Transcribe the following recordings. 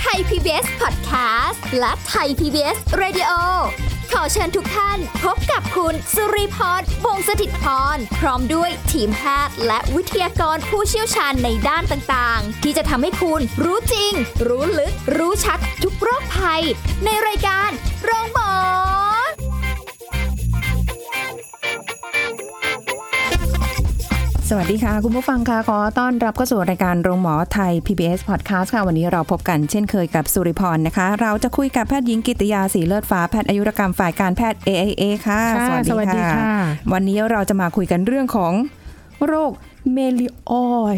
ไทย PBS Podcast และไทย PBS Radio ขอเชิญทุกท่านพบกับคุณ สุริพรวงศสถิตพร พร้อมด้วยทีมแพทย์และวิทยากรผู้เชี่ยวชาญในด้านต่างๆ ที่จะทำให้คุณรู้จริง รู้ลึก รู้ชัดทุกโรคภัย ในรายการโรงพยาบาล สวัสดีค่ะ คุณผู้ฟังค่ะขอต้อนรับเข้าสู่รายการโรงหมอไทย PBS Podcast ค่ะ วันนี้เราพบกันเช่นเคยกับสุริพรนะคะ เราจะคุยกับแพทย์หญิงกิตยาสีเลิศฟ้าแพทย์อายุรกรรมฝ่ายการแพทย์ AIA ค่ะ ค่ะสวัสดีค่ะ วันนี้เราจะมาคุยกันเรื่องของโรคเมลิออย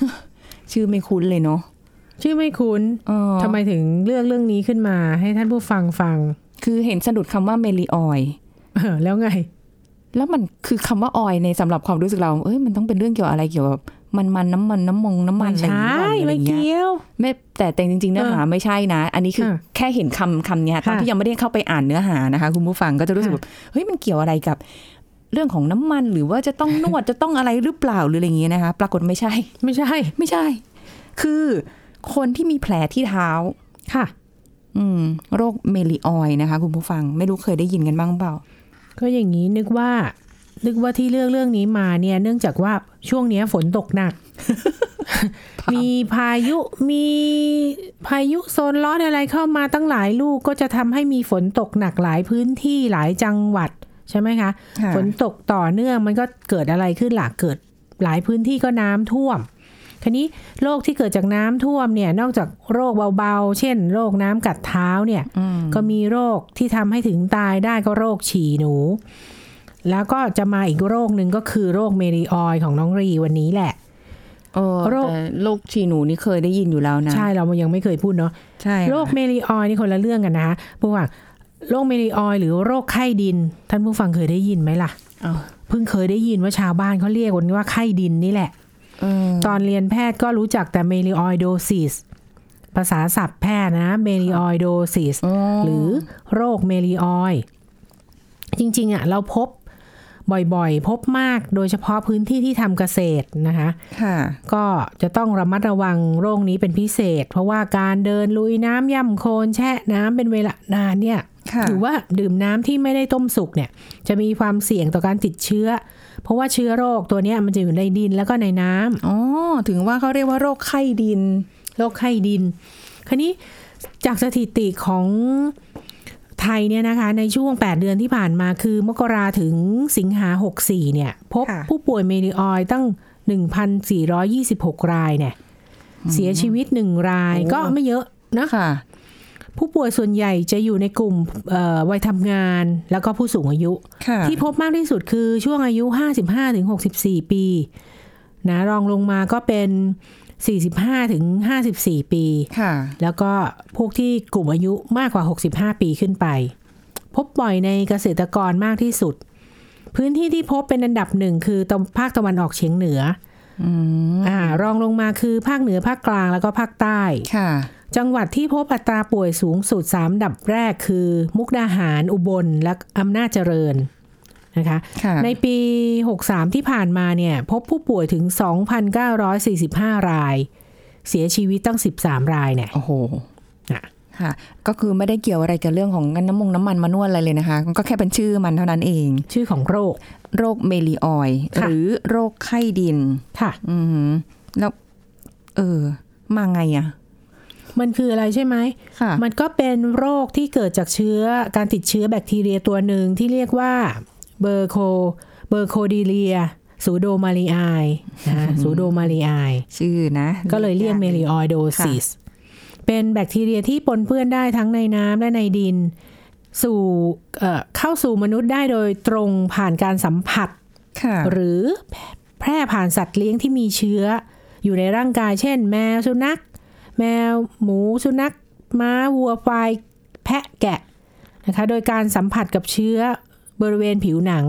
ชื่อไม่คุ้นเลยเนาะ ชื่อไม่คุ้น เออ ทำไมถึงเลือกเรื่องนี้ขึ้นมาให้ท่านผู้ฟังฟัง คือเห็นสะดุดคำว่าเมลิออย เออแล้วไง แล้วมันคือคำว่าออยในสำหรับความรู้สึกเรา เอ้ยมันต้องเป็นเรื่องเกี่ยวอะไรเกี่ยวกับมันมันๆน้ำมันน้ำมงน้ำมันอะไรอย่าง ใช่ เงี้ยอะไร ไม่ อย่างเงี้ย เกี่ยว ไม่แต่แต่จริงๆเนื้อหา อ่า ไม่ใช่นะ อันนี้คือ ค่ะ แค่เห็นคำคำเนี้ยตอน ค่ะ ที่ยังไม่ได้เข้าไปอ่านเนื้อหานะคะ คุณผู้ฟังก็จะรู้สึก ค่ะ แบบเฮ้ยมันเกี่ยวอะไรกับ เรื่องของน้ำมันหรือว่าจะต้องนวด จะต้องอะไรหรือเปล่าหรืออะไรอย่างเงี้ยนะคะ ปรากฏไม่ใช่ ไม่ใช่ ไม่ใช่ คือคนที่มีแผลที่เท้า ค่ะ อืม โรคเมลิออยนะคะ คุณผู้ฟังไม่รู้เคยได้ยินกันบ้างเปล่า ก็อย่างนี้นึกว่า นึกว่าที่เลือกเรื่องนี้มาเนี่ย เนื่องจากว่าช่วงเนี้ยฝนตก หนัก มีพายุมีพายุโซนร้อนอะไรเข้ามาตั้งหลายลูกก็จะทำให้มีฝนตกหนักหลายพื้นที่หลายจังหวัดใช่ไหมคะ ค่ะ ฝนตกต่อเนื่องมันก็เกิดอะไรขึ้นหล่ะเกิดหลายพื้นที่ก็น้ำท่วม ทีนี้โรคที่เกิดจากน้ำท่วมเนี่ยนอกจากโรคเบาๆ เช่น โรคน้ำกัดเท้าเนี่ย อืม ก็มีโรคที่ทำให้ถึงตายได้ก็โรคฉี่หนู แล้วก็จะมาอีกโรคหนึ่งก็คือโรคเมริออยของน้องรีวันนี้แหละ เออ โรค แต่โรคฉี่หนูนี่เคยได้ยินอยู่แล้วนะ ใช่เรายังไม่เคยพูดเนาะ ใช่ะ โรคเมริออยนี่คนละเรื่องกันนะคะผู้ฟังโรคเมริออยหรือโรคไข้ดิน ท่านผู้ฟังเคยได้ยินไหมล่ะ เอา เพิ่งเคยได้ยินว่าชาวบ้านเขาเรียกกันว่าไข้ดินนี่แหละ เออ ตอนเรียนแพทย์ก็รู้จักแต่เมลิออยโดซิสภาษาศัพท์แพทย์นะเมลิออยโดซิส หรือโรคเมลิออย จริงๆอ่ะเราพบบ่อยๆ พบมากโดยเฉพาะพื้นที่ที่ทำเกษตรนะคะ ค่ะ ก็จะต้องระมัดระวังโรคนี้เป็นพิเศษ เพราะว่าการเดินลุยน้ำย่ำโคลนแช่น้ำเป็นเวลานานเนี่ย ค่ะ หรือว่าดื่มน้ำที่ไม่ได้ต้มสุกเนี่ย จะมีความเสี่ยงต่อการติดเชื้อ เพราะว่าเชื้อโรคตัวเนี้ยมันจะอยู่ในดินแล้วก็ในน้ำ อ๋อ ถึงว่าเขาเรียกว่าโรคไข้ดิน โรคไข้ดิน คราวนี้จากสถิติของไทยเนี่ยนะคะในช่วง 8 เดือนที่ผ่านมาคือ มกราถึงสิงหา 64 เนี่ย พบ ค่ะ ผู้ป่วยเมลิออยตั้ง 1,426 รายเนี่ย เสียชีวิต 1 รายก็ไม่เยอะนะ ค่ะ ผู้ป่วยส่วนใหญ่จะอยู่ในกลุ่มเอ่อวัยทำงาน แล้วก็ผู้สูงอายุ ค่ะ ที่พบมากที่สุดคือช่วงอายุ 55ถึง64 ปีนะรองลงมาก็เป็น 45ถึง54 ปี ค่ะ แล้วก็พวกที่กลุ่มอายุมากกว่า 65 ปีขึ้นไป พบบ่อยในเกษตรกรมากที่สุด พื้นที่ที่พบเป็นอันดับหนึ่งคือตะภาคตะวันออกเฉียงเหนือ อืม อ่ารองลงมาคือภาคเหนือภาคกลางแล้วก็ภาคใต้ ค่ะ จังหวัดที่พบอัตราป่วยสูงสุด 3 อันดับแรกคือ มุกดาหารอุบลและอำนาจเจริญนะคะ ค่ะ ในปี 63 ที่ผ่านมาเนี่ยพบผู้ป่วยถึง 2,945 ราย เสียชีวิตตั้ง 13 รายเนี่ย โอ้โห น่ะ ค่ะ ก็คือไม่ได้เกี่ยวอะไรกับเรื่องของน้ำมงน้ำมันมานวดอะไรเลยนะคะ ก็แค่เป็นชื่อมันเท่านั้นเอง ชื่อของโรค โรคเมลิออย ห ค่ะ รือโรคไข้ดิน ค่ะ อืมแล้ว เออ มาไงอะ มันคืออะไรใช่ไหม ค่ะ มันก็เป็นโรคที่เกิดจากเชื้อการติดเชื้อแบคทีเรียตัวหนึ่งที่เรียกว่าเบอร์โคเบอร์โคดีเลียสูโดมาลีไอนะคะสูโดมาลีไอ ชื่อนะ ก็เลยเรียกเมลิออยโดซิส เป็นแบคทีเรียที่ปนเปื้อนได้ทั้งในน้ำและในดิน สู่เอ่อเข้าสู่มนุษย์ได้โดยตรงผ่านการสัมผัส ค่ะ หรือแพร่ผ่านสัตว์เลี้ยงที่มีเชื้อ อยู่ในร่างกาย เช่น แมวสุนัข แมวหมูสุนัข ม้าวัวควายแพะแกะนะคะโดยการสัมผัสกับเชื้อบริเวณผิวหนัง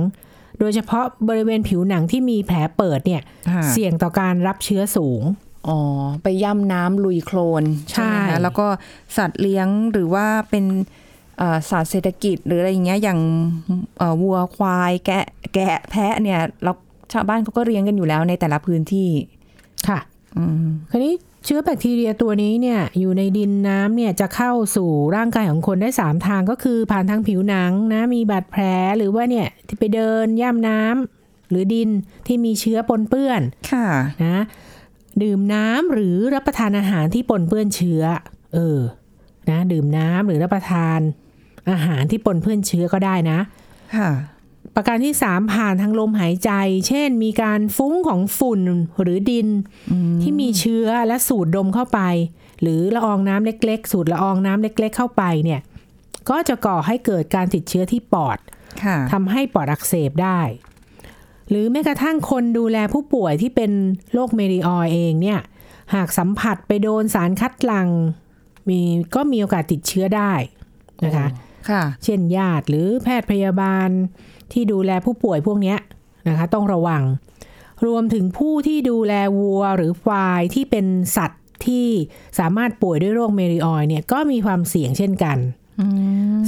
โดยเฉพาะบริเวณผิวหนังที่มีแผลเปิดเนี่ย ค่ะ เสี่ยงต่อการรับเชื้อสูง อ๋อ ไปย่ำน้ำลุยโคลน ใช่ ไหมคะแล้วก็สัตว์เลี้ยงหรือว่าเป็น เอ่อศาสตร์เศรษฐกิจหรืออะไรอย่างเงี้ยอย่างเอ่อวัวควายแกะแกะแพะเนี่ยเราชาวบ้านเขาก็เลี้ยงกันอยู่แล้วในแต่ละพื้นที่ ค่ะ อืม คราวนี้เชื้อแบคทีเรียตัวนี้เนี่ยอยู่ในดินน้ำเนี่ยจะเข้าสู่ร่างกายของคนได้สามทางก็คือผ่านทางผิวหนังนะมีบาดแผลหรือว่าเนี่ยที่ไปเดินย่ำน้ำหรือดินที่มีเชื้อปนเปื้อน ค่ะ นะดื่มน้ำหรือรับประทานอาหารที่ปนเปื้อนเชื้อ เออนะดื่มน้ำหรือรับประทานอาหารที่ปนเปื้อนเชื้อก็ได้นะ ค่ะ ประการที่ 3 ผ่านทางลมหายใจ เช่น มีการฟุ้งของฝุ่นหรือดินที่มีเชื้อและสูดดมเข้าไป หรือละอองน้ำเล็กๆ สูดละอองน้ำเล็ก ๆ เข้าไปเนี่ยก็จะก่อให้เกิดการติดเชื้อที่ปอด ค่ะ ทำให้ปอดอักเสบได้ หรือแม้กระทั่งคนดูแลผู้ป่วยที่เป็นโรคเมริออยเองเนี่ย หากสัมผัสไปโดนสารคัดหลังมีก็มีโอกาสติดเชื้อได้นะคะ ค่ะ เช่นญาติหรือแพทย์พยาบาลที่ดูแลผู้ป่วยพวกเนี้ยนะคะ ต้องระวัง รวมถึงผู้ที่ดูแลวัวหรือควายที่เป็นสัตว์ที่สามารถป่วยด้วยโรคเมริออยเนี่ยก็มีความเสี่ยงเช่นกัน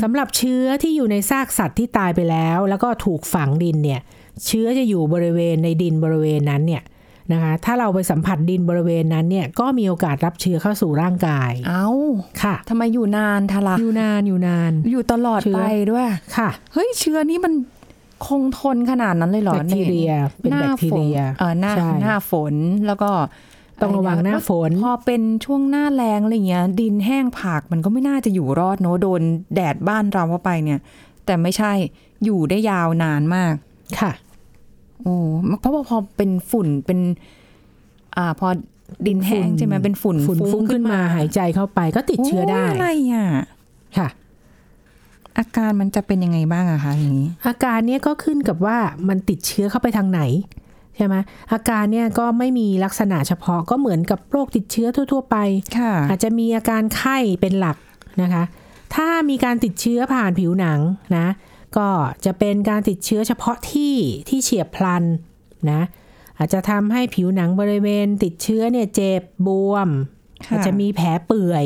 สำหรับเชื้อที่อยู่ในซากสัตว์ที่ตายไปแล้ว แล้วก็ถูกฝังดินเนี่ยเชื้อจะอยู่บริเวณในดินบริเวณนั้นเนี่ยนะคะถ้าเราไปสัมผัสดินบริเวณนั้นเนี่ยก็มีโอกาสรับเชื้อเข้าสู่ร่างกาย เอ้า ค่ะ ทำไมอยู่นานทะละ อยู่นานอยู่นาน อยู่ตลอด เชื้อ ไปด้วย ค่ะ เฮ้ย เชื้อนี้มันคงทนขนาดนั้นเลยเหรอ แบคทีเรีย ใน เป็น ห แบ น้า คที ฝน เรีย เออหน้า ใช่ หน้าฝนแล้วก็ ต้องระวังหน้าฝน พอเป็นช่วงหน้าแรงอะไรเงี้ย ดินแห้งผากมันก็ไม่น่าจะอยู่รอดเนอะโดนแดดบ้านเราเข้าไปเนี่ย แต่ไม่ใช่อยู่ได้ยาวนานมาก ค่ะ โอ้เพราะว่าพอเป็นฝุ่นเป็น อ่า พอดินแห้ง ฝุ่น ใช่ไหมเป็นฝุ่น ฝุ่นฟุ้งขึ้นมาหายใจเข้าไปก็ติดเชื้อได้ โยอะไรอ่ะ ค่ะ อาการมันจะเป็นยังไงบ้างอะคะอย่างนี้ อาการเนี้ยก็ขึ้นกับว่ามันติดเชื้อเข้าไปทางไหนใช่ไหมอาการเนี่ยก็ไม่มีลักษณะเฉพาะก็เหมือนกับโรคติดเชื้อทั่ว ๆ ไป ค่ะ อาจจะมีอาการไข้เป็นหลักนะคะ ถ้ามีการติดเชื้อผ่านผิวหนังนะ ก็จะเป็นการติดเชื้อเฉพาะที่ที่เฉียบพลันนะ อาจจะทำให้ผิวหนังบริเวณ ติดเชื้อเนี่ยเจ็บบวม ค่ะ อาจจะมีแผลเปื่อย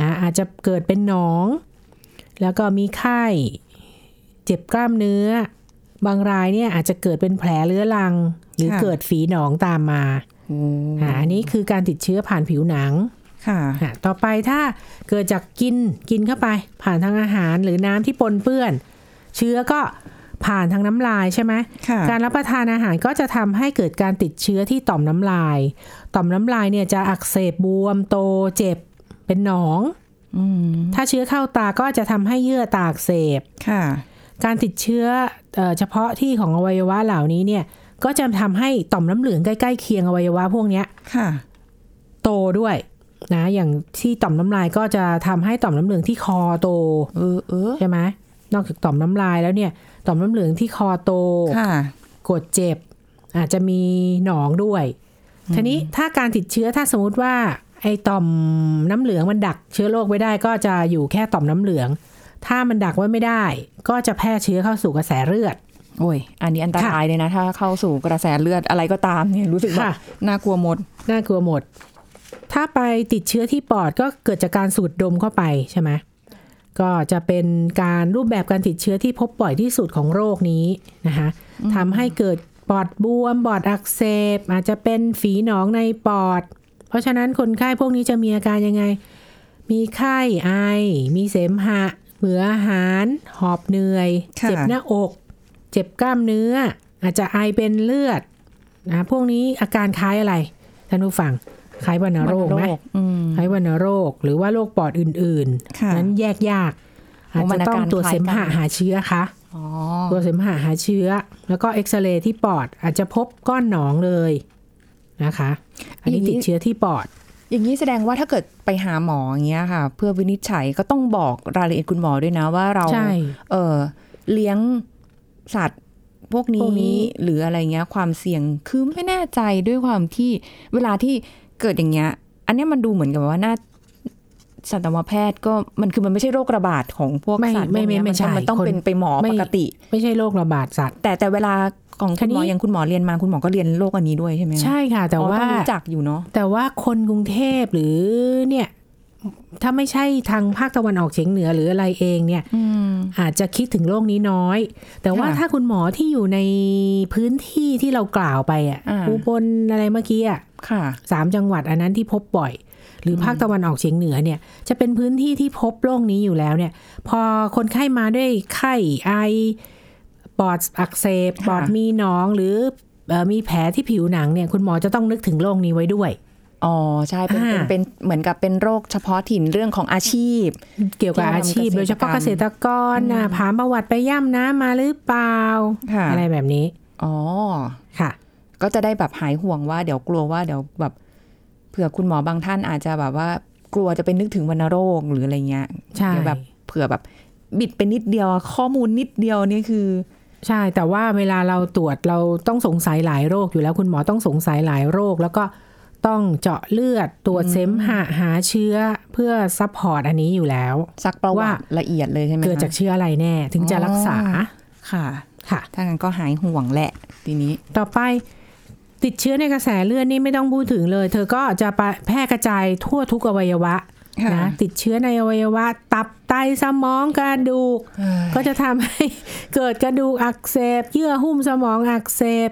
นะอาจจะเกิดเป็นหนอง แล้วก็มีไข้ เจ็บกล้ามเนื้อ บางรายเนี่ยอาจจะเกิดเป็นแผลเรื้อรัง หรือ ค่ะ เกิดฝีหนองตามมา โอ้ อ่าอันนี้คือการติดเชื้อผ่านผิวหนัง ค่ะ อ่ะต่อไปถ้าเกิดจากกินกินเข้าไป ผ่านทางอาหารหรือน้ำที่ปนเปื้อน เชื้อก็ผ่านทางน้ำลายใช่ไหม ค่ะ การรับประทานอาหารก็จะทำให้เกิดการติดเชื้อที่ต่อมน้ำลาย ต่อมน้ำลายเนี่ยจะอักเสบบวมโตเจ็บเป็นหนอง อืม ถ้าเชื้อเข้าตาก็จะทำให้เยื่อตาอักเสบ ค่ะ การติดเชื้อเอ่อเฉพาะที่ของอวัยวะเหล่านี้เนี่ยก็จะทำให้ต่อมน้ำเหลืองใกล้ๆเคียงอวัยวะพวกเนี้ย ค่ะ โตด้วยนะอย่างที่ต่อมน้ำลายก็จะทำให้ต่อมน้ำเหลืองที่คอโต เออเออ ใช่ไหมนอกจากต่อมน้ำลายแล้วเนี่ย ต่อมน้ำเหลืองที่คอโต ค่ะ กดเจ็บ อาจจะมีหนองด้วยทีนี้ถ้าการติดเชื้อถ้าสมมติว่า ไอ้ต่อมน้ำเหลืองมันดักเชื้อโรคไว้ได้ก็จะอยู่แค่ต่อมน้ำเหลือง ถ้ามันดักไว้ไม่ได้ ก็จะแพร่เชื้อเข้าสู่กระแสเลือด โอ้ย อันนี้อันตรายเลยนะ ถ้าเข้าสู่กระแสเลือดอะไรก็ตามเนี่ยรู้สึกแบบ ค่ะ น่ากลัวหมด น่ากลัวหมด ถ้าไปติดเชื้อที่ปอดก็เกิดจากการสูดดมเข้าไปใช่ไหม ก็จะเป็นการรูปแบบการติดเชื้อที่พบบ่อยที่สุดของโรคนี้นะคะทำให้เกิดปอดบวม ปอดอักเสบ อาจจะเป็นฝีหนองในปอด เพราะฉะนั้นคนไข้พวกนี้จะมีอาการยังไง มีไข้ไอ มีเสมหะ เบื่ออาหาร หอบเหนื่อย ค่ะ เจ็บหน้าอก เจ็บกล้ามเนื้อ อาจจะไอเป็นเลือดนะพวกนี้อาการคล้ายอะไรท่านผู้ฟังคล้ายวัณโรคไหม อืม ใช้วัณโรคหรือว่าโรคปอดอื่น ค่ะ ๆ นั้นแยกยาก โอ้ อาจ มั จะ นอา ต้อ การ งตรวจ คล้าย เสมหะ กัน หาเชื้อค่ะ อ๋อ ตรวจเสมหะหาเชื้อ แล้วก็เอ็กซเรย์ที่ปอดอาจจะพบก้อนหนองเลยนะคะ อันอนี้ย่างนี้ ติดเชื้อที่ปอด อย่างนี้แสดงว่าถ้าเกิดไปหาหมออย่างเงี้ยค่ะ เพื่อวินิจฉัยก็ต้องบอกรายละเอียดคุณหมอด้วยนะว่าเรา ใช่ เออเลี้ยงสัตว์พวกนี้ พวกนี้ หรืออะไรเงี้ย ความเสี่ยงคือไม่แน่ใจด้วยความที่เวลาที่เกิดอย่างเงี้ย อันเนี้ยมันดูเหมือนกับว่าน่าสัตวแพทย์ก็มันคือมันไม่ใช่โรคระบาดของพวก ไม่ สัตว์พวก ไม่ เนี้ย ไม่ มันต้ใช่องมันต้อง คน เป็นไปหมอ ไม่ ปกติ ไม่ใช่โรคระบาดสัตว์ แต่แต่เวลาของ ครา คุณวหมอ นี้ อย่างคุณหมอเรียนมาคุณหมอก็เรียนโรคอันนี้ด้วยใช่ไหม ใช่ค่ะ แต่ อ๋อ ว่า องรู้จักอยู่เนาะ แต่ว่าคนกรุงเทพหรือเนี่ย ถ้าไม่ใช่ทางภาคตะวันออกเฉียงเหนือหรืออะไรเองเนี่ย อืม อาจจะคิดถึงโรคนี้น้อย แต่ว่า ค่ะ ถ้าคุณหมอที่อยู่ในพื้นที่ที่เรากล่าวไปอะ อ่า อุบลอะไรเมื่อกี้อะ ค่ะ สามจังหวัดอันนั้นที่พบบ่อย หรือภาคตะวันออกเฉียงเหนือเนี่ย จะเป็นพื้นที่ที่พบโรคนี้อยู่แล้วเนี่ย พอคนไข้มาด้วยไข้ไอปอดอักเสบ ค่ะ ปอดมีหนองหรือเอ่อมีแผลที่ผิวหนังเนี่ย คุณหมอจะต้องนึกถึงโรคนี้ไว้ด้วย อ๋อใช่เป็นเป็น อ่า เป็นเหมือนกับเป็นโรคเฉพาะถิ่นเรื่องของอาชีพ เกี่ยวกับอาชีพ ที่เราทำเกษตรกรรม โดยเฉพาะเกษตรกรนะผามประวัติไปย่ำน้ำมาหรือเปล่า ค่ะ อะไรแบบนี้ อ๋อ ค่ะ ก็จะได้แบบหายห่วงว่าเดี๋ยวกลัวว่าเดี๋ยวแบบเผื่อคุณหมอบางท่านอาจจะแบบว่ากลัวจะไปนึกถึงวัณโรคหรืออะไรเงี้ย ใช่ เดี๋ยวแบบเผื่อแบบบิดไปนิดเดียวข้อมูลนิดเดียวนี่คือ ใช่ แต่ว่าเวลาเราตรวจเราต้องสงสัยหลายโรคอยู่แล้วคุณหมอต้องสงสัยหลายโรค แล้วก็ต้องเจาะเลือดตรวจเสมหะหาเชื้อเพื่อซัพพอร์ตอันนี้อยู่แล้ว ซักประวั ว่า ติละเอียดเลยใช่ไหม เกิดจาก คะ เชื้ออะไรแน่ ถึงจะรักษา อ๋อ ค่ะ ค่ะ ถ้างั้นก็หายห่วงแหละทีนี้ ต่อไปติดเชื้อในกระแสเลือดนี่ไม่ต้องพูดถึงเลย เธอก็จะไปแพร่กระจายทั่วทุกอวัยวะ ค่ะ นะติดเชื้อในอวัยวะ ตับไตสมองกระดูก ก็จะทำให้ เกิดกระดูกอักเสบ เยื่อหุ้มสมองอักเสบ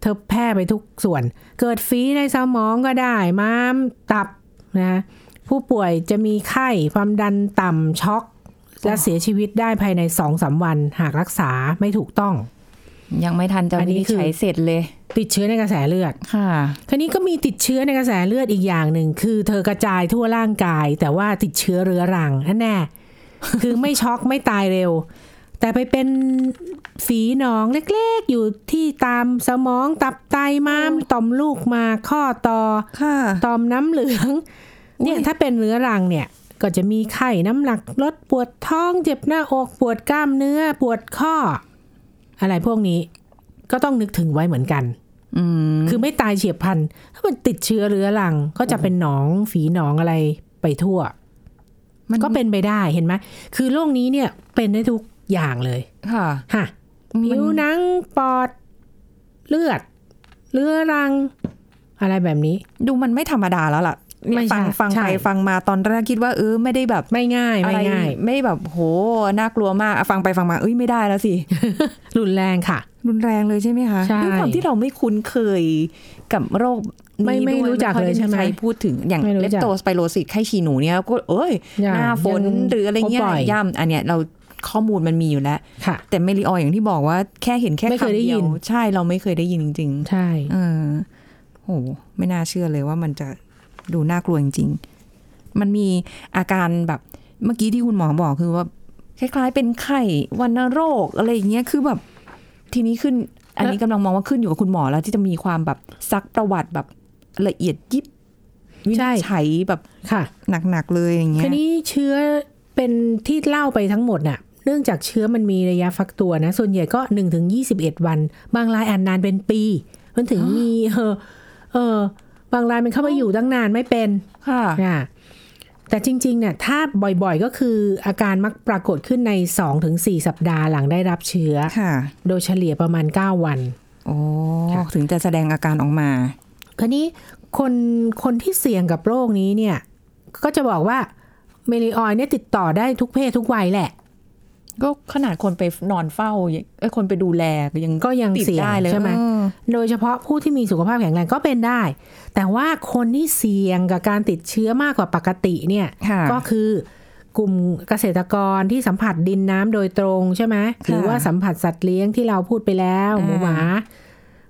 เธอแพร่ไปทุกส่วน เกิดฝีในสมองก็ได้ม้ามตับนะผู้ป่วยจะมีไข้ความดันต่ำช็อก และเสียชีวิตได้ภายในสองสามวัน หากรักษาไม่ถูกต้อง ยังไม่ทันจะ อัน วิ นี้ นิจ คือ ฉัยเสร็จเลย ติดเชื้อในกระแสเลือด ค่ะ คราวนี้ก็มีติดเชื้อในกระแสเลือดอีกอย่างหนึ่ง คือเธอกระจายทั่วร่างกาย แต่ว่าติดเชื้อเรื้อรังอันแน่ คือไม่ช็อกไม่ตายเร็ว แต่ไปเป็นฝีหนองเล็กๆ อยู่ที่ตามสมองตับไตม้ามต่อมลูกหมากข้อต่อ ค่ะ ต่อมน้ำเหลือง เนี่ยถ้าเป็นเรื้อรังเนี่ย ก็จะมีไข้น้ำหนักลดปวดท้องเจ็บหน้าอกปวดกล้ามเนื้อปวดข้อ อะไรพวกนี้ก็ต้องนึกถึงไว้เหมือนกัน อืม คือไม่ตายเฉียบพลันถ้ามันติดเชื้อเรื้อรัง ก็จะเป็นหนองฝีหนองอะไรไปทั่ว มัน ก็เป็นไปได้เห็นไหมคือโรคนี้เนี่ยเป็นได้ทุกอย่างเลย ค่ะ ฮะผิวหนังปอดเลือด เรื้อรัง อะไรแบบนี้ ดูมันไม่ธรรมดาแล้วล่ะ ไม่ใช่ ฟังฟัง ใช่ ไปฟังมาตอนแรกคิดว่าเออไม่ได้แบบ ไม่ง่าย อะ ไม่ ไร ง่าย ไม่ได้แบบโหน่ากลัวมากอะฟังไปฟังมาเอ้ยไม่ได้แล้วสิ รุนแรงค่ะ รุนแรงเลยใช่ไหมคะ ใช่ ด้วยความที่เราไม่คุ้นเคยกับโรคนี้ ไม่ไม่ ด้วย รู้จัก ค่อ เลยใช่ไหม ใครพูดถึงอย่าง ไม่รู้ เล จั ป ก โตสไปโรซิสไข้ฉี่หนูเนี่ยก็เอ้ย อย่า หน้าฝนหเดี๋ยวรืออะไรเงี้ย เขาปล่อย ย่ำอันเนี้ยเราข้อมูลมันมีอยู่แล้ว ค่ะ แต่เมลิออยอย่างที่บอกว่าแค่เห็นแค่ ไม่เคย คำ ได้ เดี ยิ ยวน ใช่เราไม่เคยได้ยินจริง ๆ ใช่ เออโห ไม่น่าเชื่อเลยว่ามันจะดูน่ากลัวจริงๆ มันมีอาการแบบเมื่อกี้ที่คุณหมอบอกคือว่า คล้ายๆ เป็นไข้วัณโรคอะไรอย่างเงี้ยคือแบบ ทีนี้ขึ้น อันนี้กำลังมองว่าขึ้นอยู่กับคุณหมอแล้วที่จะมีความแบบซักประวัติแบบละเอียดยิบวิ ใช่ นิจฉัยแบบ ค่ะ หนักๆเลยอย่างเงี้ คั ย นนี้เชื้อเป็นที่เล่าไปทั้งหมดน่ะ เนื่องจากเชื้อมันมีระยะฟักตัวนะ ส่วนใหญ่ก็1นถึงยีวัน บางรายอ่านนานเป็นปี มันถึงมีเออเออบางรายมันเข้าไปอยู่ตั้งนานไม่เป็น ค่ะ อ่ะแต่จริงๆเนี่ยถ้าบ่อยๆก็คืออาการมักปรากฏขึ้นใน 2-4 สัปดาห์หลังได้รับเชื้อ ค่ะ โดยเฉลี่ยประมาณ 9 วัน โอ้ ค่ะ ถึงจะแสดงอาการออกมา คราวนี้คนคนที่เสี่ยงกับโรคนี้เนี่ย ก็จะบอกว่าเมลิออยเนี่ยติดต่อได้ทุกเพศทุกวัยแหละ ก็ขนาดคนไปนอนเฝ้ายังเอ้ยคนไปดูแลก็ยัง ก็ยัง ติด เสี่ยง ได้เลย ใช่ไหม เออ โดยเฉพาะผู้ที่มีสุขภาพแข็งแรงก็เป็นได้ แต่ว่าคนที่เสี่ยงกับการติดเชื้อมากกว่าปกติเนี่ย ค่ะ ก็คือกลุ่มเกษตรกรที่สัมผัสดินน้ำโดยตรงใช่ไหมหรือว่าสัมผัสสัตว์เลี้ยงที่เราพูดไปแล้ว อ่า หมูหมา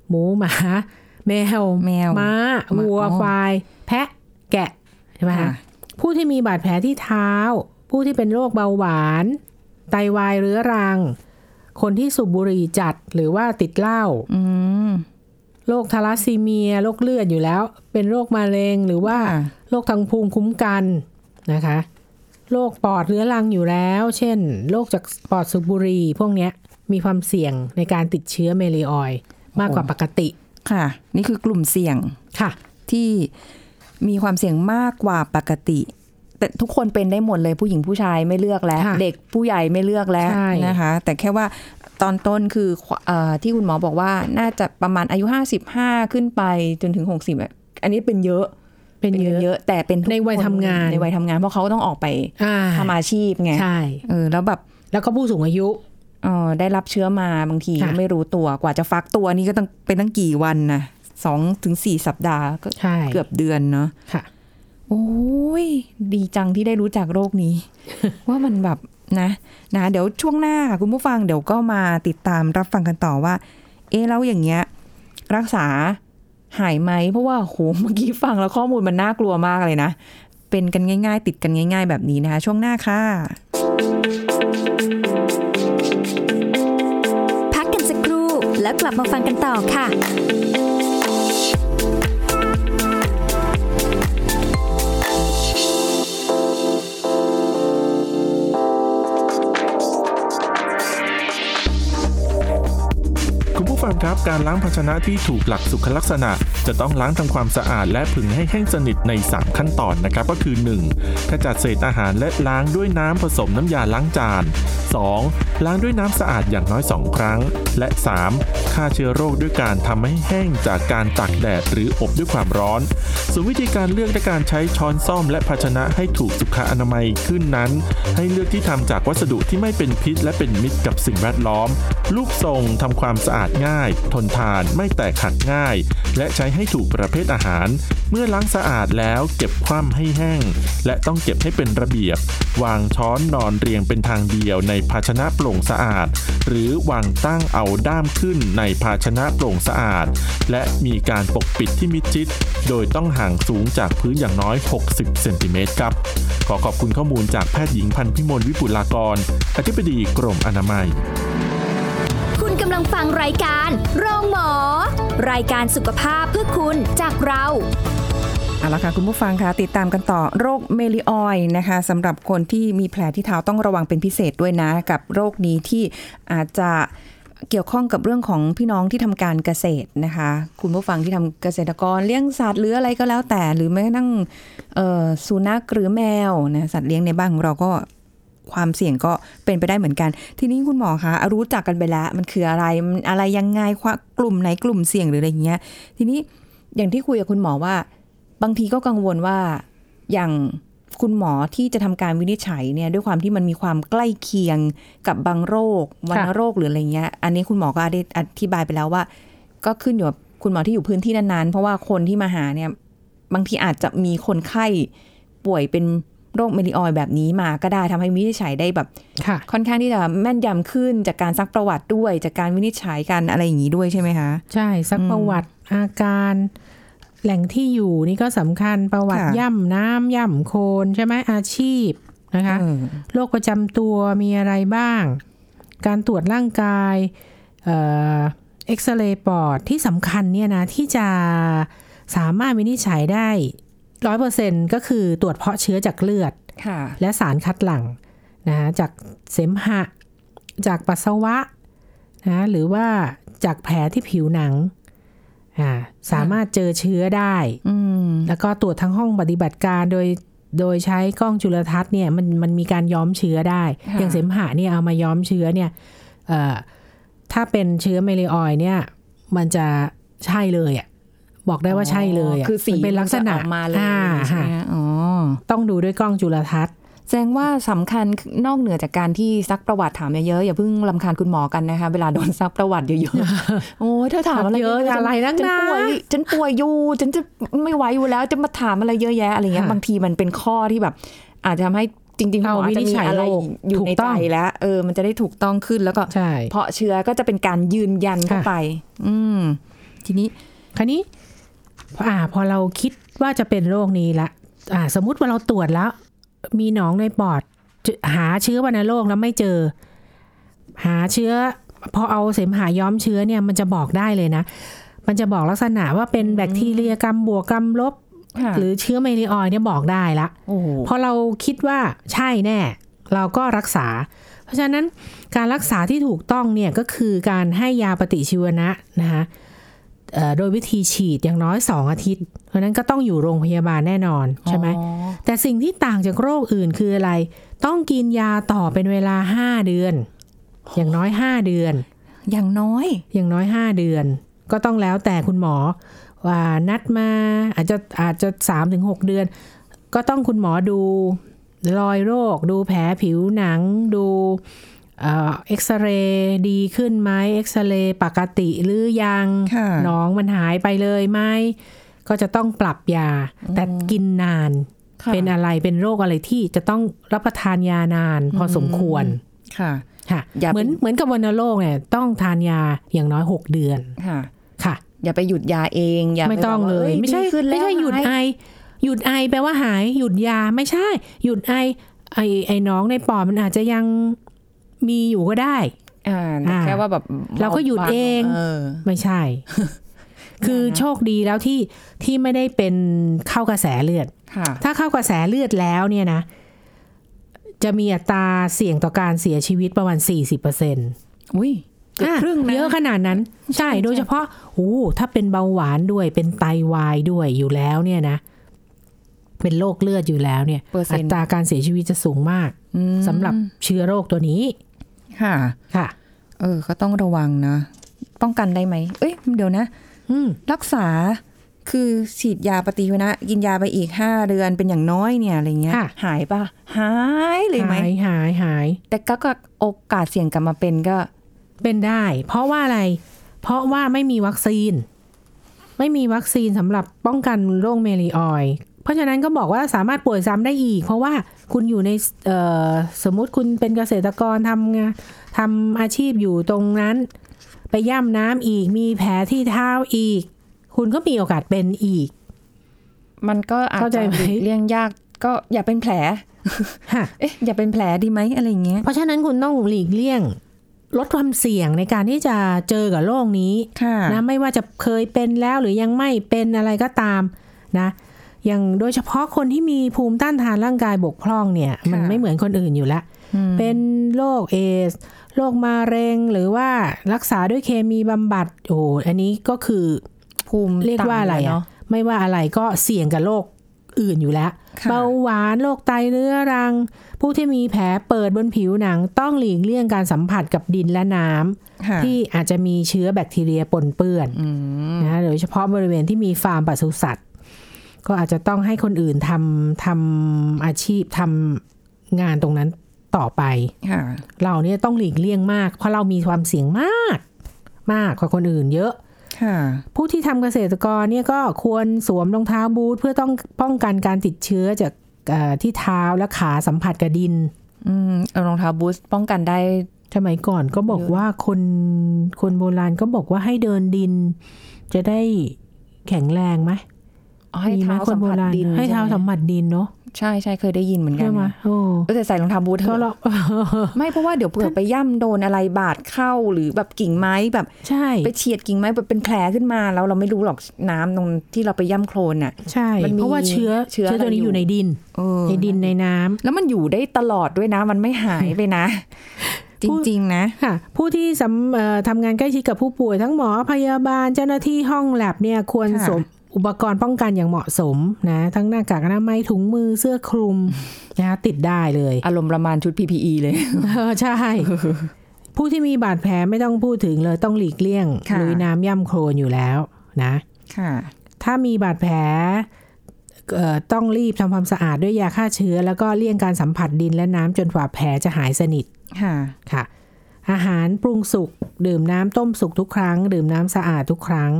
หมูหมา แมว แมว ม้า ม้า วัว อ๋อ ควายแพะแกะใช่ไหม ค่ะ คะผู้ที่มีบาดแผลที่เท้า ผู้ที่เป็นโรคเบาหวาน ไตวายเรื้อรัง คนที่สูบบุหรี่จัดหรือว่าติดเหล้า อืม โรคทาลัสซีเมียโรคเลือดอยู่แล้ว เป็นโรคมะเร็งหรือว่า ค่ะ โรคทางภูมิคุ้มกันนะคะโรคปอดเรื้อรังอยู่แล้ว เช่นโรคจากปอดสูบบุหรี่พวกเนี้ยมีความเสี่ยงในการติดเชื้อเมลิออยมากกว่าปกติ ค่ะ นี่คือกลุ่มเสี่ยง ค่ะ ที่มีความเสี่ยงมากกว่าปกติ แต่ทุกคนเป็นได้หมดเลยผู้หญิงผู้ชายไม่เลือกแล้ว ค่ะ เด็กผู้ใหญ่ไม่เลือกแล้ว ใช่ นะคะ แต่แค่ว่าตอนต้นคือควเอ่อที่คุณหมอบอกว่าน่าจะประมาณอายุ 55 ขึ้นไปจนถึง 60อะอันนี้เป็นเยอะ เป็นเยอะ เยอะแต่เป็นทุก ในวัย ค ทำงาน ในวัยทำงานเพราะเขาต้องออกไป อ่า ทำอาชีพไง ใช่ เออแล้วแบบ แล้วก็ผู้สูงอายุ เออได้รับเชื้อมาบางที ค่ะ ไม่รู้ตัวกว่าจะฟักตัวนี่ก็ต้องเป็นตั้งกี่วันนะสองถึงสี่สัปดาห์ก็ ใช่ เกือบเดือนเนาะ ค่ะ โอ้ย ดีจังที่ได้รู้จักโรค นี้ ว่ามันแบบนะนะ เดี๋ยวช่วงหน้าค่ะคุณผู้ฟังเดี๋ยวก็มาติดตามรับฟังกันต่อว่า เอ๊ะแล้วอย่างเงี้ย รักษาหายไหมเพราะว่าโหเมื่อกี้ฟังแล้วข้อมูลมันน่ากลัวมากเลยนะ เป็นกันง่าย ๆ ติดกันง่าย ๆ แบบนี้นะคะ ช่วงหน้าค่ะ พักกันสักครู่แล้วกลับมาฟังกันต่อค่ะ คุณผู้ฟังครับการล้างภาชนะที่ถูกหลักสุขลักษณะ จะต้องล้างทำความสะอาดและผึ่งให้แห้งสนิทใน 3 ขั้นตอนนะครับ ก็คือ 1. ขจัดเศษอาหารและล้างด้วยน้ำผสมน้ำยาล้างจาน 2. ล้างด้วยน้ำสะอาดอย่างน้อย 2 ครั้ง และ 3. ฆ่าเชื้อโรคด้วยการทำให้แห้งจากการตากแดดหรืออบด้วยความร้อน ส่วนวิธีการเลือกและการใช้ช้อนซ่อมและภาชนะให้ถูกสุขอนามัยขึ้นนั้น ให้เลือกที่ทำจากวัสดุที่ไม่เป็นพิษ และเป็นมิตรกับสิ่งแวดล้อม รูปทรงทำความสะอาดง่าย ทนทานไม่แตกหักง่าย และใช้ให้ถูกประเภทอาหาร เมื่อล้างสะอาดแล้วเก็บคว่ำให้แห้ง และต้องเก็บให้เป็นระเบียบ วางช้อนนอนเรียงเป็นทางเดียวในภาชนะโปร่งสะอาด หรือวางตั้งเอาด้ามขึ้นในภาชนะโปร่งสะอาด และมีการปกปิดที่มิดชิด โดยต้องห่างสูงจากพื้นอย่างน้อย 60 เซนติเมตรครับ ขอขอบคุณข้อมูลจากแพทย์หญิงพันธ์พิมลวิปุลากร อธิบดีกรมอนามัย คุณกำลังฟังรายการ โรงหมอ รายการสุขภาพเพื่อคุณจากเรา เอาละค่ะคุณผู้ฟังคะติดตามกันต่อโรคเมลิออยนะคะสำหรับคนที่มีแผลที่เท้าต้องระวังเป็นพิเศษด้วยนะกับโรคนี้ที่อาจจะเกี่ยวข้องกับเรื่องของพี่น้องที่ทำการเกษตรนะคะ คุณผู้ฟังที่ทำเกษตรกรเลี้ยงสัตว์หรืออะไรก็แล้วแต่ หรือแม้กระทั่งเอ่อสุนัขหรือแมวนะสัตว์เลี้ยงในบ้านของเราก็ความเสี่ยงก็เป็นไปได้เหมือนกัน ทีนี้คุณหมอคะรู้จักกันไปแล้ว มันคืออะไรมันอะไรยังไงควะกลุ่มไหนกลุ่มเสี่ยงหรืออะไรอย่างเงี้ย ทีนี้อย่างที่คุยกับคุณหมอว่า บางทีก็กังวลว่าอย่างคุณหมอที่จะทำการวินิจฉัยเนี่ยด้วยความที่มันมีความใกล้เคียงกับบางโรควันโรคหรืออะไรเงี้ย อันนี้คุณหมอก็ได้อธิบายไปแล้วว่า ก็ขึ้นอยู่กับคุณหมอที่อยู่พื้นที่นั้นๆ เพราะว่าคนที่มาหาเนี่ยบางทีอาจจะมีคนไข้ป่วยเป็นโรคเมลิออยแบบนี้มาก็ได้ทำให้วินิจฉัยได้แบบ ค่ะ ค่อนข้างที่จะแม่นยำขึ้นจากการซักประวัติด้วย จากการวินิจฉัยการอะไรอย่างนี้ด้วยใช่ไหมคะ ใช่ซัก อืม ประวัติอาการ แหล่งที่อยู่นี่ก็สำคัญประวัติ ค่ะ ย่ำน้ำย่ำโคลนใช่ไหมอาชีพนะคะ เออ โรคประจำตัวมีอะไรบ้าง การตรวจร่างกายเอ่อเอ็กซเรย์ปอดที่สำคัญเนี่ยนะที่จะสามารถวินิจฉัยได้ร้อยเปอร์เซ็นก็คือตรวจเพาะเชื้อจากเลือด ค่ะ และสารคัดหลั่งนะคะจากเสมหะ จากปัสสาวะนะหรือว่าจากแผลที่ผิวหนังอ่าสามารถเจอเชื้อได้ อืม แล้วก็ตรวจทั้งห้องปฏิบัติการโดยโดยใช้กล้องจุลทรรศน์เนี่ยมันมันมีการย้อมเชื้อได้ ค่ะ อย่างเสมหะเนี่ยเอามาย้อมเชื้อเนี่ยเอ่อถ้าเป็นเชื้อเมลิออยเนี่ยมันจะใช่เลยอ่ะบอกได้ว่าใช่เลยะ คือสี มันเป็นลักษณะ มันจออกมาเลย อ่ ใช่ไหม ค่ะ คะอ๋อ ต้องดูด้วยกล้องจุลทรรศน์ แสดงว่าสำคัญนอกเหนือจากการที่ซักประวัติถามเยอะๆอย่าเพิ่งลำคาญคุณหมอกันนะคะ เวลาโดนซักประวัติเยอะๆ โอ้ยเธอถามอะไร เยอะ ฉั อะไรนักหนา ฉัป่วยฉันป่วยอยู่ ฉันจะไม่ไหวอยู่แล้วจะมาถามอะไรเยอะแยะอะไรเงี้ย ค่ะ บางทีมันเป็นข้อที่แบบ อาจจะทำให้จริงๆคุณหมออาจจะมีอะไร เอาวินิจฉัยโรค อยู่ ถูก ใน ต้ ใจ อง แล้วเออมันจะได้ถูกต้องขึ้นแล้วก็ ใช่ เพาะเชื้อก็จะเป็นการยืนยันเข้า ค่ะ ไป อืม ทีนี้ คราวนี้อ่าพอเราคิดว่าจะเป็นโรคนี้ละอ่าสมมุติว่าเราตรวจแล้ว มีหนองในปอดจะหาเชื้อวัณโรคแล้วไม่เจอ หาเชื้อ พอเอาเสมหาย้อมเชื้อเนี่ยมันจะบอกได้เลยนะ มันจะบอกลักษณะว่าเป็นแบคทีเรียกรรมบวกกรรมลบ ค่ะ หรือเชื้อไมลิออยเนี่ยบอกได้ละ โอ้โห พอเราคิดว่าใช่แน่ เราก็รักษา เพราะฉะนั้นการรักษาที่ถูกต้องเนี่ยก็คือการให้ยาปฏิชีวนะนะคะเอ่อโดยวิธีฉีดอย่างน้อย 2 อาทิตย์ เพราะฉะนั้นก็ต้องอยู่โรงพยาบาลแน่นอนใช่ไหม อ๋อ แต่สิ่งที่ต่างจากโรคอื่นคืออะไร ต้องกินยาต่อเป็นเวลา 5 เดือน อย่างน้อย 5 เดือน อย่างน้อย อย่างน้อย 5 เดือน ก็ต้องแล้วแต่คุณหมอ ว่านัดมาอาจจะอาจจะสามถึงหกเดือน ก็ต้องคุณหมอดูรอยโรค ดูแผลผิวหนัง ดูเอ็กซเรย์ดีขึ้นไหมเอ็กซเรย์ปกติหรือยัง ค่ะ หนองมันหายไปเลยไหมก็จะต้องปรับยา แต่กินนาน ค่ะ เป็นอะไรเป็นโรคอะไรที่จะต้องรับประทานยานาน พอสมควร ค่ะ ค่ะ อย่า เหมือน เป็น เหมือนกับวัณโรคเนี่ยต้องทานยาอย่างน้อย 6 เดือน ค่ะ ค่ะ อย่าไปหยุดยาเองอย่าป ไม่ต้อง แบบว่า เลย อ้ ไม่ใช่ ดีขึ้นแล้ว ไม่ใช่หยุด า ไอ หยุดไอแปลว่าหาย หยุดยาไม่ใช่ หยุดไอไอไอน้องในปอดมันอาจจะยังมีอยู่ก็ได้ อ่า อ่า แค่ว่าแบบ เราก็หยุดเอง เออ ไม่ใช่ คือโชคดีแล้วที่ที่ไม่ได้เป็นเข้ากระแสเลือด ค่ะ ถ้าเข้ากระแสเลือดแล้วเนี่ยนะ จะมีอัตราเสี่ยงต่อการเสียชีวิตประมาณ 40%อ อุ้ยเกือบ่ ะ ครึ่งนะ เยอะขนาดนั้น ใช่ โดยเฉพาะโอ้ถ้าเป็นเบาหวานด้วย เป็นไตวายด้วยอยู่แล้วเนี่ยนะ เป็นโรคเลือดอยู่แล้วเนี่ย เปอร์เซ็ อั นต์ ตราการเสียชีวิตจะสูงมาก อืม สำหรับเชื้อโรคตัวนี้ ค่ะ ค่ะ เออ ก็ต้องระวังนะ ป้องกันได้ไหม เอ้ย เดี๋ยวนะ อืม รักษา คือฉีดยาปฏิชีวนะ กินยาไปอีกห้าเดือนเป็นอย่างน้อยเนี่ยอะไรเงี้ย ค่ะ หายป่ะ หายเลยไหม หายหายหาย แต่ก็ก็โอกาสเสี่ยงกลับมาเป็นก็ เป็นได้ เพราะว่าอะไร เพราะว่าไม่มีวัคซีน ไม่มีวัคซีนสำหรับป้องกันโรคเมลีออย เพราะฉะนั้นก็บอกว่าสามารถป่วยซ้ำได้อีก เพราะว่าคุณอยู่ในเอ่อสมมติคุณเป็นเกษตรกรทำงานทำอาชีพอยู่ตรงนั้น ไปย่ำน้ำอีก มีแผลที่เท้าอีก คุณก็มีโอกาสเป็นอีก มันก็อาจ เข้าใจ จะ ไหม หลีกเลี่ยงยาก ก็อย่าเป็นแผล ฮะ เอ๊ะ อย่าเป็นแผลดีไหมอะไรเงี้ย เพราะฉะนั้นคุณต้องหลีกเลี่ยง ลดความเสี่ยงในการที่จะเจอกับโรคนี้ ค่ะ นะไม่ว่าจะเคยเป็นแล้วหรือยังไม่เป็นอะไรก็ตามนะอย่างโดยเฉพาะคนที่มีภูมิต้านทานร่างกายบกพร่องเนี่ย มันไม่เหมือนคนอื่นอยู่แล้ว อืม เป็นโรคเอสโรคมะเร็งหรือว่ารักษาด้วยเคมีบำบัดโอ้โหอันนี้ก็คือ ภูมิ เรียกว่าอะไร ต่ำ อะ เนาะ ไม่ว่าอะไรก็เสี่ยงกับโรคอื่นอยู่แล้ว ค่ะ เบาหวานโรคไตเรื้อรัง ผู้ที่มีแผลเปิดบนผิวหนัง ต้องหลีกเลี่ยงการสัมผัสกับดินและน้ำ ค่ะ ที่อาจจะมีเชื้อแบคทีเรียปนเปื้อน อืม นะโดยเฉพาะบริเวณที่มีฟาร์มปศุสัตว์ ก็อาจจะต้องให้คนอื่นทำทำอาชีพทำงานตรงนั้นต่อไป ค่ะ เราเนี่ยต้องหลีกเลี่ยงมาก เพราะเรามีความเสี่ยงมาก มากกว่าคนอื่นเยอะ ค่ะ ผู้ที่ทำเกษตรกรเนี่ยก็ควรสวมรองเท้าบูทเพื่อต้องป้องกันการติดเชื้อจากเอ่อที่เท้าและขาสัมผัสกับดิน อืมเอารองเท้าบูทป้องกันได้ สมัยก่อนก็บอกว่าคนคนโบราณก็บอกว่าให้เดินดิน จะได้แข็งแรงไหม ให้ มีไหม เท้า ค สั น ม โบ ผัส ราณ ดิน ให้เท้า ช่ไ สัมผัสดินเนาะ ใช่ใช่เคยได้ยินเหมือนกั ใช่ไหมโอ้ เออแต่ใส่รองเท้าบูทเถ ก็ อะ เรา ไม่เพราะว่าเดี๋ยวเผื่อไปย่ำโดนอะไรบาดเข้าหรือแบบกิ่งไม้แบบ ใช่ ไปเฉียดกิ่งไม้แบบเป็นแผลขึ้นมาแล้วเราไม่รู้หรอกน้ำตรงที่เราไปย่ำโคลนน่ะ ใช่ มันมี เพราะว่าเชื้อ เชื้อ ตัวนี้ อะไรอยู่ อยู่ในดิน เออ ในดินในน้ำ แล้วมันอยู่ได้ตลอดด้วยนะ มันไม่หายไปนะ จริงๆนะ ค่ะ ผู้ที่สำเอ่อทำงานใกล้ชิดกับผู้ป่วยทั้งหมอพยาบาลเจ้าหน้าที่ห้องแลบเนี่ยควร ค่ะ สวมอุปกรณ์ป้องกันอย่างเหมาะสมนะทั้งหน้ากากอนามัยถุงมือเสื้อคลุมนะคะติดได้เลย อารมณ์ประมาณชุด PPE เลย เออใช่ ผู้ที่มีบาดแผลไม่ต้องพูดถึงเลยต้องหลีกเลี่ยง ค่ะ ลุยน้ำย่ำโคลนอยู่แล้วนะ ค่ะ ถ้ามีบาดแผลเอ่อต้องรีบทำความสะอาดด้วยยาฆ่าเชื้อ แล้วก็เลี่ยงการสัมผัสดินและน้ำจนกว่าแผลจะหายสนิท ค่ะ ค่ะ อาหารปรุงสุกดื่มน้ำต้มสุกทุกครั้ง ดื่มน้ำสะอาดทุกครั้ง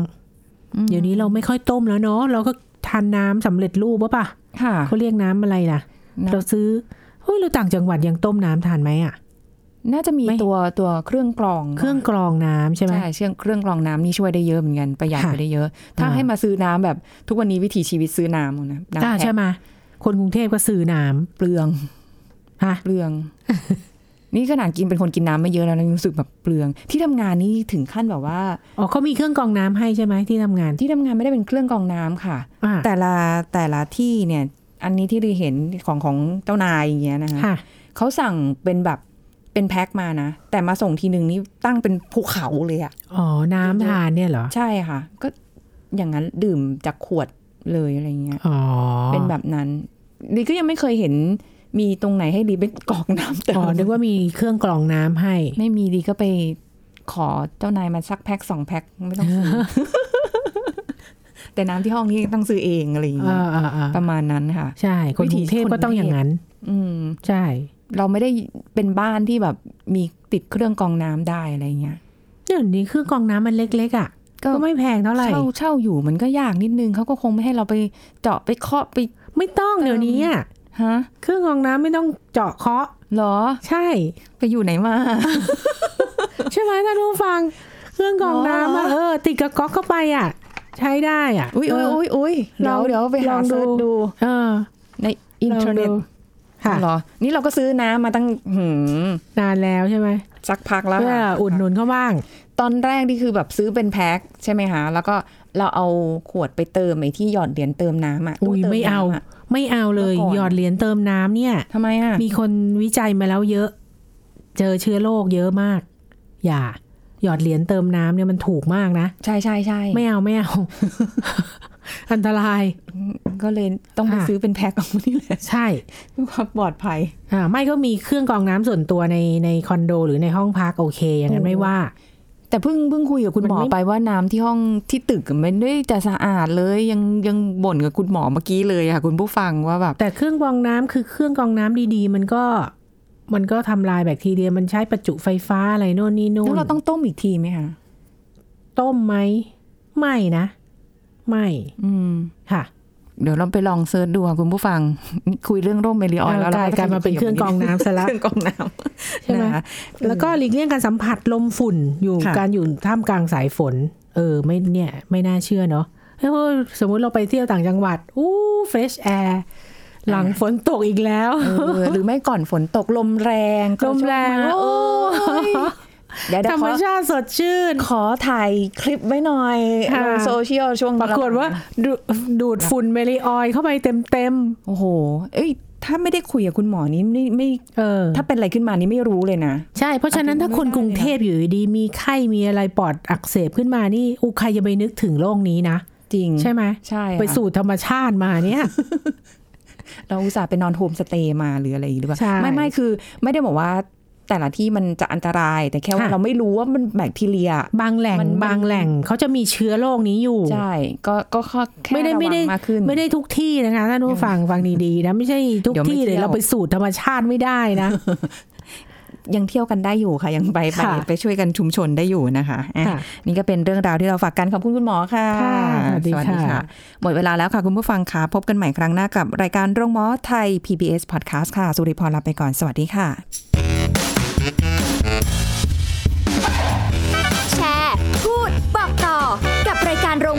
อืม เดี๋ยวนี้เราไม่ค่อยต้มแล้วเนาะเราก็ทานน้ำสำเร็จรูปปะปะ ค่ะ เขาเรียกน้ำอะไรนะ นะ เราซื้อเฮ้ยเราต่างจังหวัดยังต้มน้ำทานไหมอ่ะ น่าจะมี ไม่ ตัวตัวเครื่องกรอง เครื่องกรองน้ำใช่ไหม ใช่เชื่องเครื่องกรองน้ำนี่ช่วยได้เยอะเหมือนกันประหยัด ค่ะ ไปได้เยอะ ถ้า อ่า ให้มาซื้อน้ำแบบทุกวันนี้วิถีชีวิตซื้อน้ำนะน้ำ อ่า แพ็ ใช่ ค ไหมคนกรุงเทพก็ซื้อน้ เปลือง ำฮะ เปลือง นี่ขนาดกินเป็นคนกินน้ำไม่เยอะแล้วนะยังรู้สึกแบบเปลือง ที่ทำงานนี่ถึงขั้นแบบว่า อ๋อเขามีเครื่องกรองน้ำให้ใช่ไหมที่ทำงานที่ ที่ทำงานไม่ได้เป็นเครื่องกรองน้ำค่ะ อ่า แต่ละแต่ละที่เนี่ย อันนี้ที่เราเห็นของของเจ้านายอย่างเงี้ยนะคะ ค่ะ เขาสั่งเป็นแบบเป็นแพ็คมานะแต่มาส่งทีหนึ่งนี่ตั้งเป็นภูเขาเลยอะ อ๋อ น้ำทานเนี่ยเหรอ ใช่ค่ะ ก็อย่างนั้นดื่มจากขวดเลยอะไรเงี้ย อ๋อ เป็นแบบนั้นดิก็ยังไม่เคยเห็นมีตรงไหนให้ดีเป็นกรอกน้ำแต่ อ๋อนึกว่ามีเครื่องกรองน้ำ ให้ ไม่มีดีก็ไป ขอเจ้านายมาสักแพ็คสองแพ็คไม่ต้องซื้อ แต่น้ำที่ห้องนี้ต้องซื้อเองอะไรอย่าง อ่ เงี้ย าอ่า ประมาณนั้นค่ะ ใช่ คนกรุงเทพก็ต้องอย่างนั้น อืม ใช่ เราไม่ได้เป็นบ้านที่แบบมีติดเครื่องกรองน้ำได้อะไรเงี้ย เดี๋ยวนี้เครื่องกรองน้ำมันเล็กๆอ่ะ ก็ ก็ไม่แพงเท่าไหร่ เช่าเช่าอยู่มันก็ยากนิดนึงเขาก็คงไม่ให้เราไปเจาะไปเคาะไป ไม่ต้องเดี๋ยวนี้อะ ฮะ เครื่องกรองน้ำไม่ต้องเจาะเคาะ เหรอ ใช่ ไปอยู่ไหนมา ใช่ไหมท่านผู้ฟัง เครื่องกรองน้ำอะ เหรอ เออ ติดกับก๊อกเข้าไปอ่ะ ใช้ได้อ่ะ อุ้ยอุ้ยอุ้ยอุ้ยเดี๋ยวเดี๋ยวไปหาเซิร์ชดู เออ ในอินเทอร์เน็ต ลงดูค่ะ เหรอ นี่เราก็ซื้อน้ำมาตั้งหืม นานแล้วใช่ไหม สักพักแล้ว เพื่อ ค่ะ อุดหนุนเขาบ้าง ตอนแรกที่คือแบบซื้อเป็นแพ็คใช่ไหมคะแล้วก็เราเอาขวดไปเติมไอ้ที่หยอดเหรียญเติมน้ำอ่ะ อุ้ย ตู้ติ ไม่เอา น้ำะ ไม่เอาเลย เมื่อก่อน หยอดเหรียญเติมน้ำเนี่ย ทำไมอ่ะ มีคนวิจัยมาแล้วเยอะ เจอเชื้อโรคเยอะมาก อย่า หยอดเหรียญเติมน้ำเนี่ยมันถูกมากนะ ใช่ใช่ใช่ ไม่เอาไม่เอา อันตราย ก็เลยต้องไป อ่ะ ซื้อเป็นแพ็คเอานี่แหละ ใช่ เพื่อความปลอดภัย อ่าไม่ก็มีเครื่องกรองน้ำส่วนตัวในในคอนโดหรือในห้องพักโอเค อย่างนั้น โอ้ ไม่ว่า แต่เพิ่งเพิ่งคุยกับคุณ มัหมนไม่ อไปว่าน้ำที่ห้องที่ตึกไม่ได้จะสะอาดเลยยังยังบ่นกับคุณหมอเมื่อกี้เลยค่ะคุณผู้ฟังว่าแบบ แต่เครื่องกรองน้ำคือเครื่องกรองน้ำดีๆ มันก็ มันก็ทำลายแบคทีเรียมันใช้ประจุไฟฟ้าอะไรโน่นนี่นู่ แล้ว น เราต้องต้มอีกทีไหมคะ ต้มไหมไม่นะ ไม่ อืม ค่ะ เดี๋ยวเราไปลองเซิร์ชดูค่ะคุณผู้ฟัง คุยเรื่องร่มเมลิออนแล้ว เกลายกลายมาเป็นเครื่องกรองน้ำซะละ เครื่องกรองน้ำ ใช่ไหม นะคะ แล้วก็หลีกเลี่ยงการสัมผัสลมฝุ่นอยู่ ค่ะ การอยู่ท่ามกลางสายฝน เออ ไม่เนี่ยไม่น่าเชื่อเนาะเอ้ยสมมุติเราไปเที่ยวต่างจังหวัดอู้เฟรชแอร์หลังฝนตกอีกแล้ว เออ หรือไม่ก่อนฝนตกลมแรง ลมแรง โอ้ยเดี๋ยวเดี๋ยธร ว ร ข ม อ ชาติสดชื่น ขอถ่ายคลิปไว้หน่อย ค่ะ ลงโซเชียลช่วง ปรากฏว่าดูดูดฝุ่นเมลีออยล์เข้าไปเต็มเต็ม โอ้โห เอ้ย ถ้าไม่ได้คุยกับคุณหมอนี่ไม่ไม่ ๆเออ ถ้าเป็นอะไรขึ้นมานี่ไม่รู้เลยนะ ใช่ เพราะฉะนั้นถ้าคนกรุงเทพอยู่ดีๆมีไข้มีอะไรปอดอักเสบขึ้นมานี่อุใครจะไปนึกถึงโรคนี้นะ จริง ใช่ไหม ใช่ค่ะ ไปสู่ธรรมชาติมาเนี่ย เราอุตส่าห์ไปนอนโฮมสเตย์มาหรืออะไรหรือเปล่า ใช่ ไม่ไม่คือ ไม่ได้บอกว่าแต่ละที่มันจะอันตราย แต่แค่ว่า ค่ะ เราไม่รู้ว่ามันแบคทีเรีย บางแหล่ง มันมัน บางแหล่งเขาจะมีเชื้อโรคนี้อยู่ ใช่ ก็ก็ข้อแค่ ไม่ได้ ระ ไม่ วั ได้ งมากขึ้น ไม่ได้ทุกที่นะคะท่านผู้ฟังฟังดีๆนะไม่ใช่ทุก เดี๋ยวไม่ ที่เลย เที่ยว เราไปสู่ธรรมชาติไม่ได้นะ ยังเที่ยวกันได้อยู่ค่ะยังไปไป ค่ะ ไปช่วยกันชุมชนได้อยู่นะคะอ่ะ ค่ะ นี่ก็เป็นเรื่องราวที่เราฝากกันขอบคุณคุณหมอค่ะ ค่ะสวัสดีค่ะ หมดเวลาแล้วค่ะคุณผู้ฟังค่ะ พบกันใหม่ครั้งหน้ากับรายการโรงหมอไทย PBS Podcast ค่ะ สุริพรลาไปก่อน สวัสดีค่ะ แชร์ พูด บอกต่อ กับรายการโรง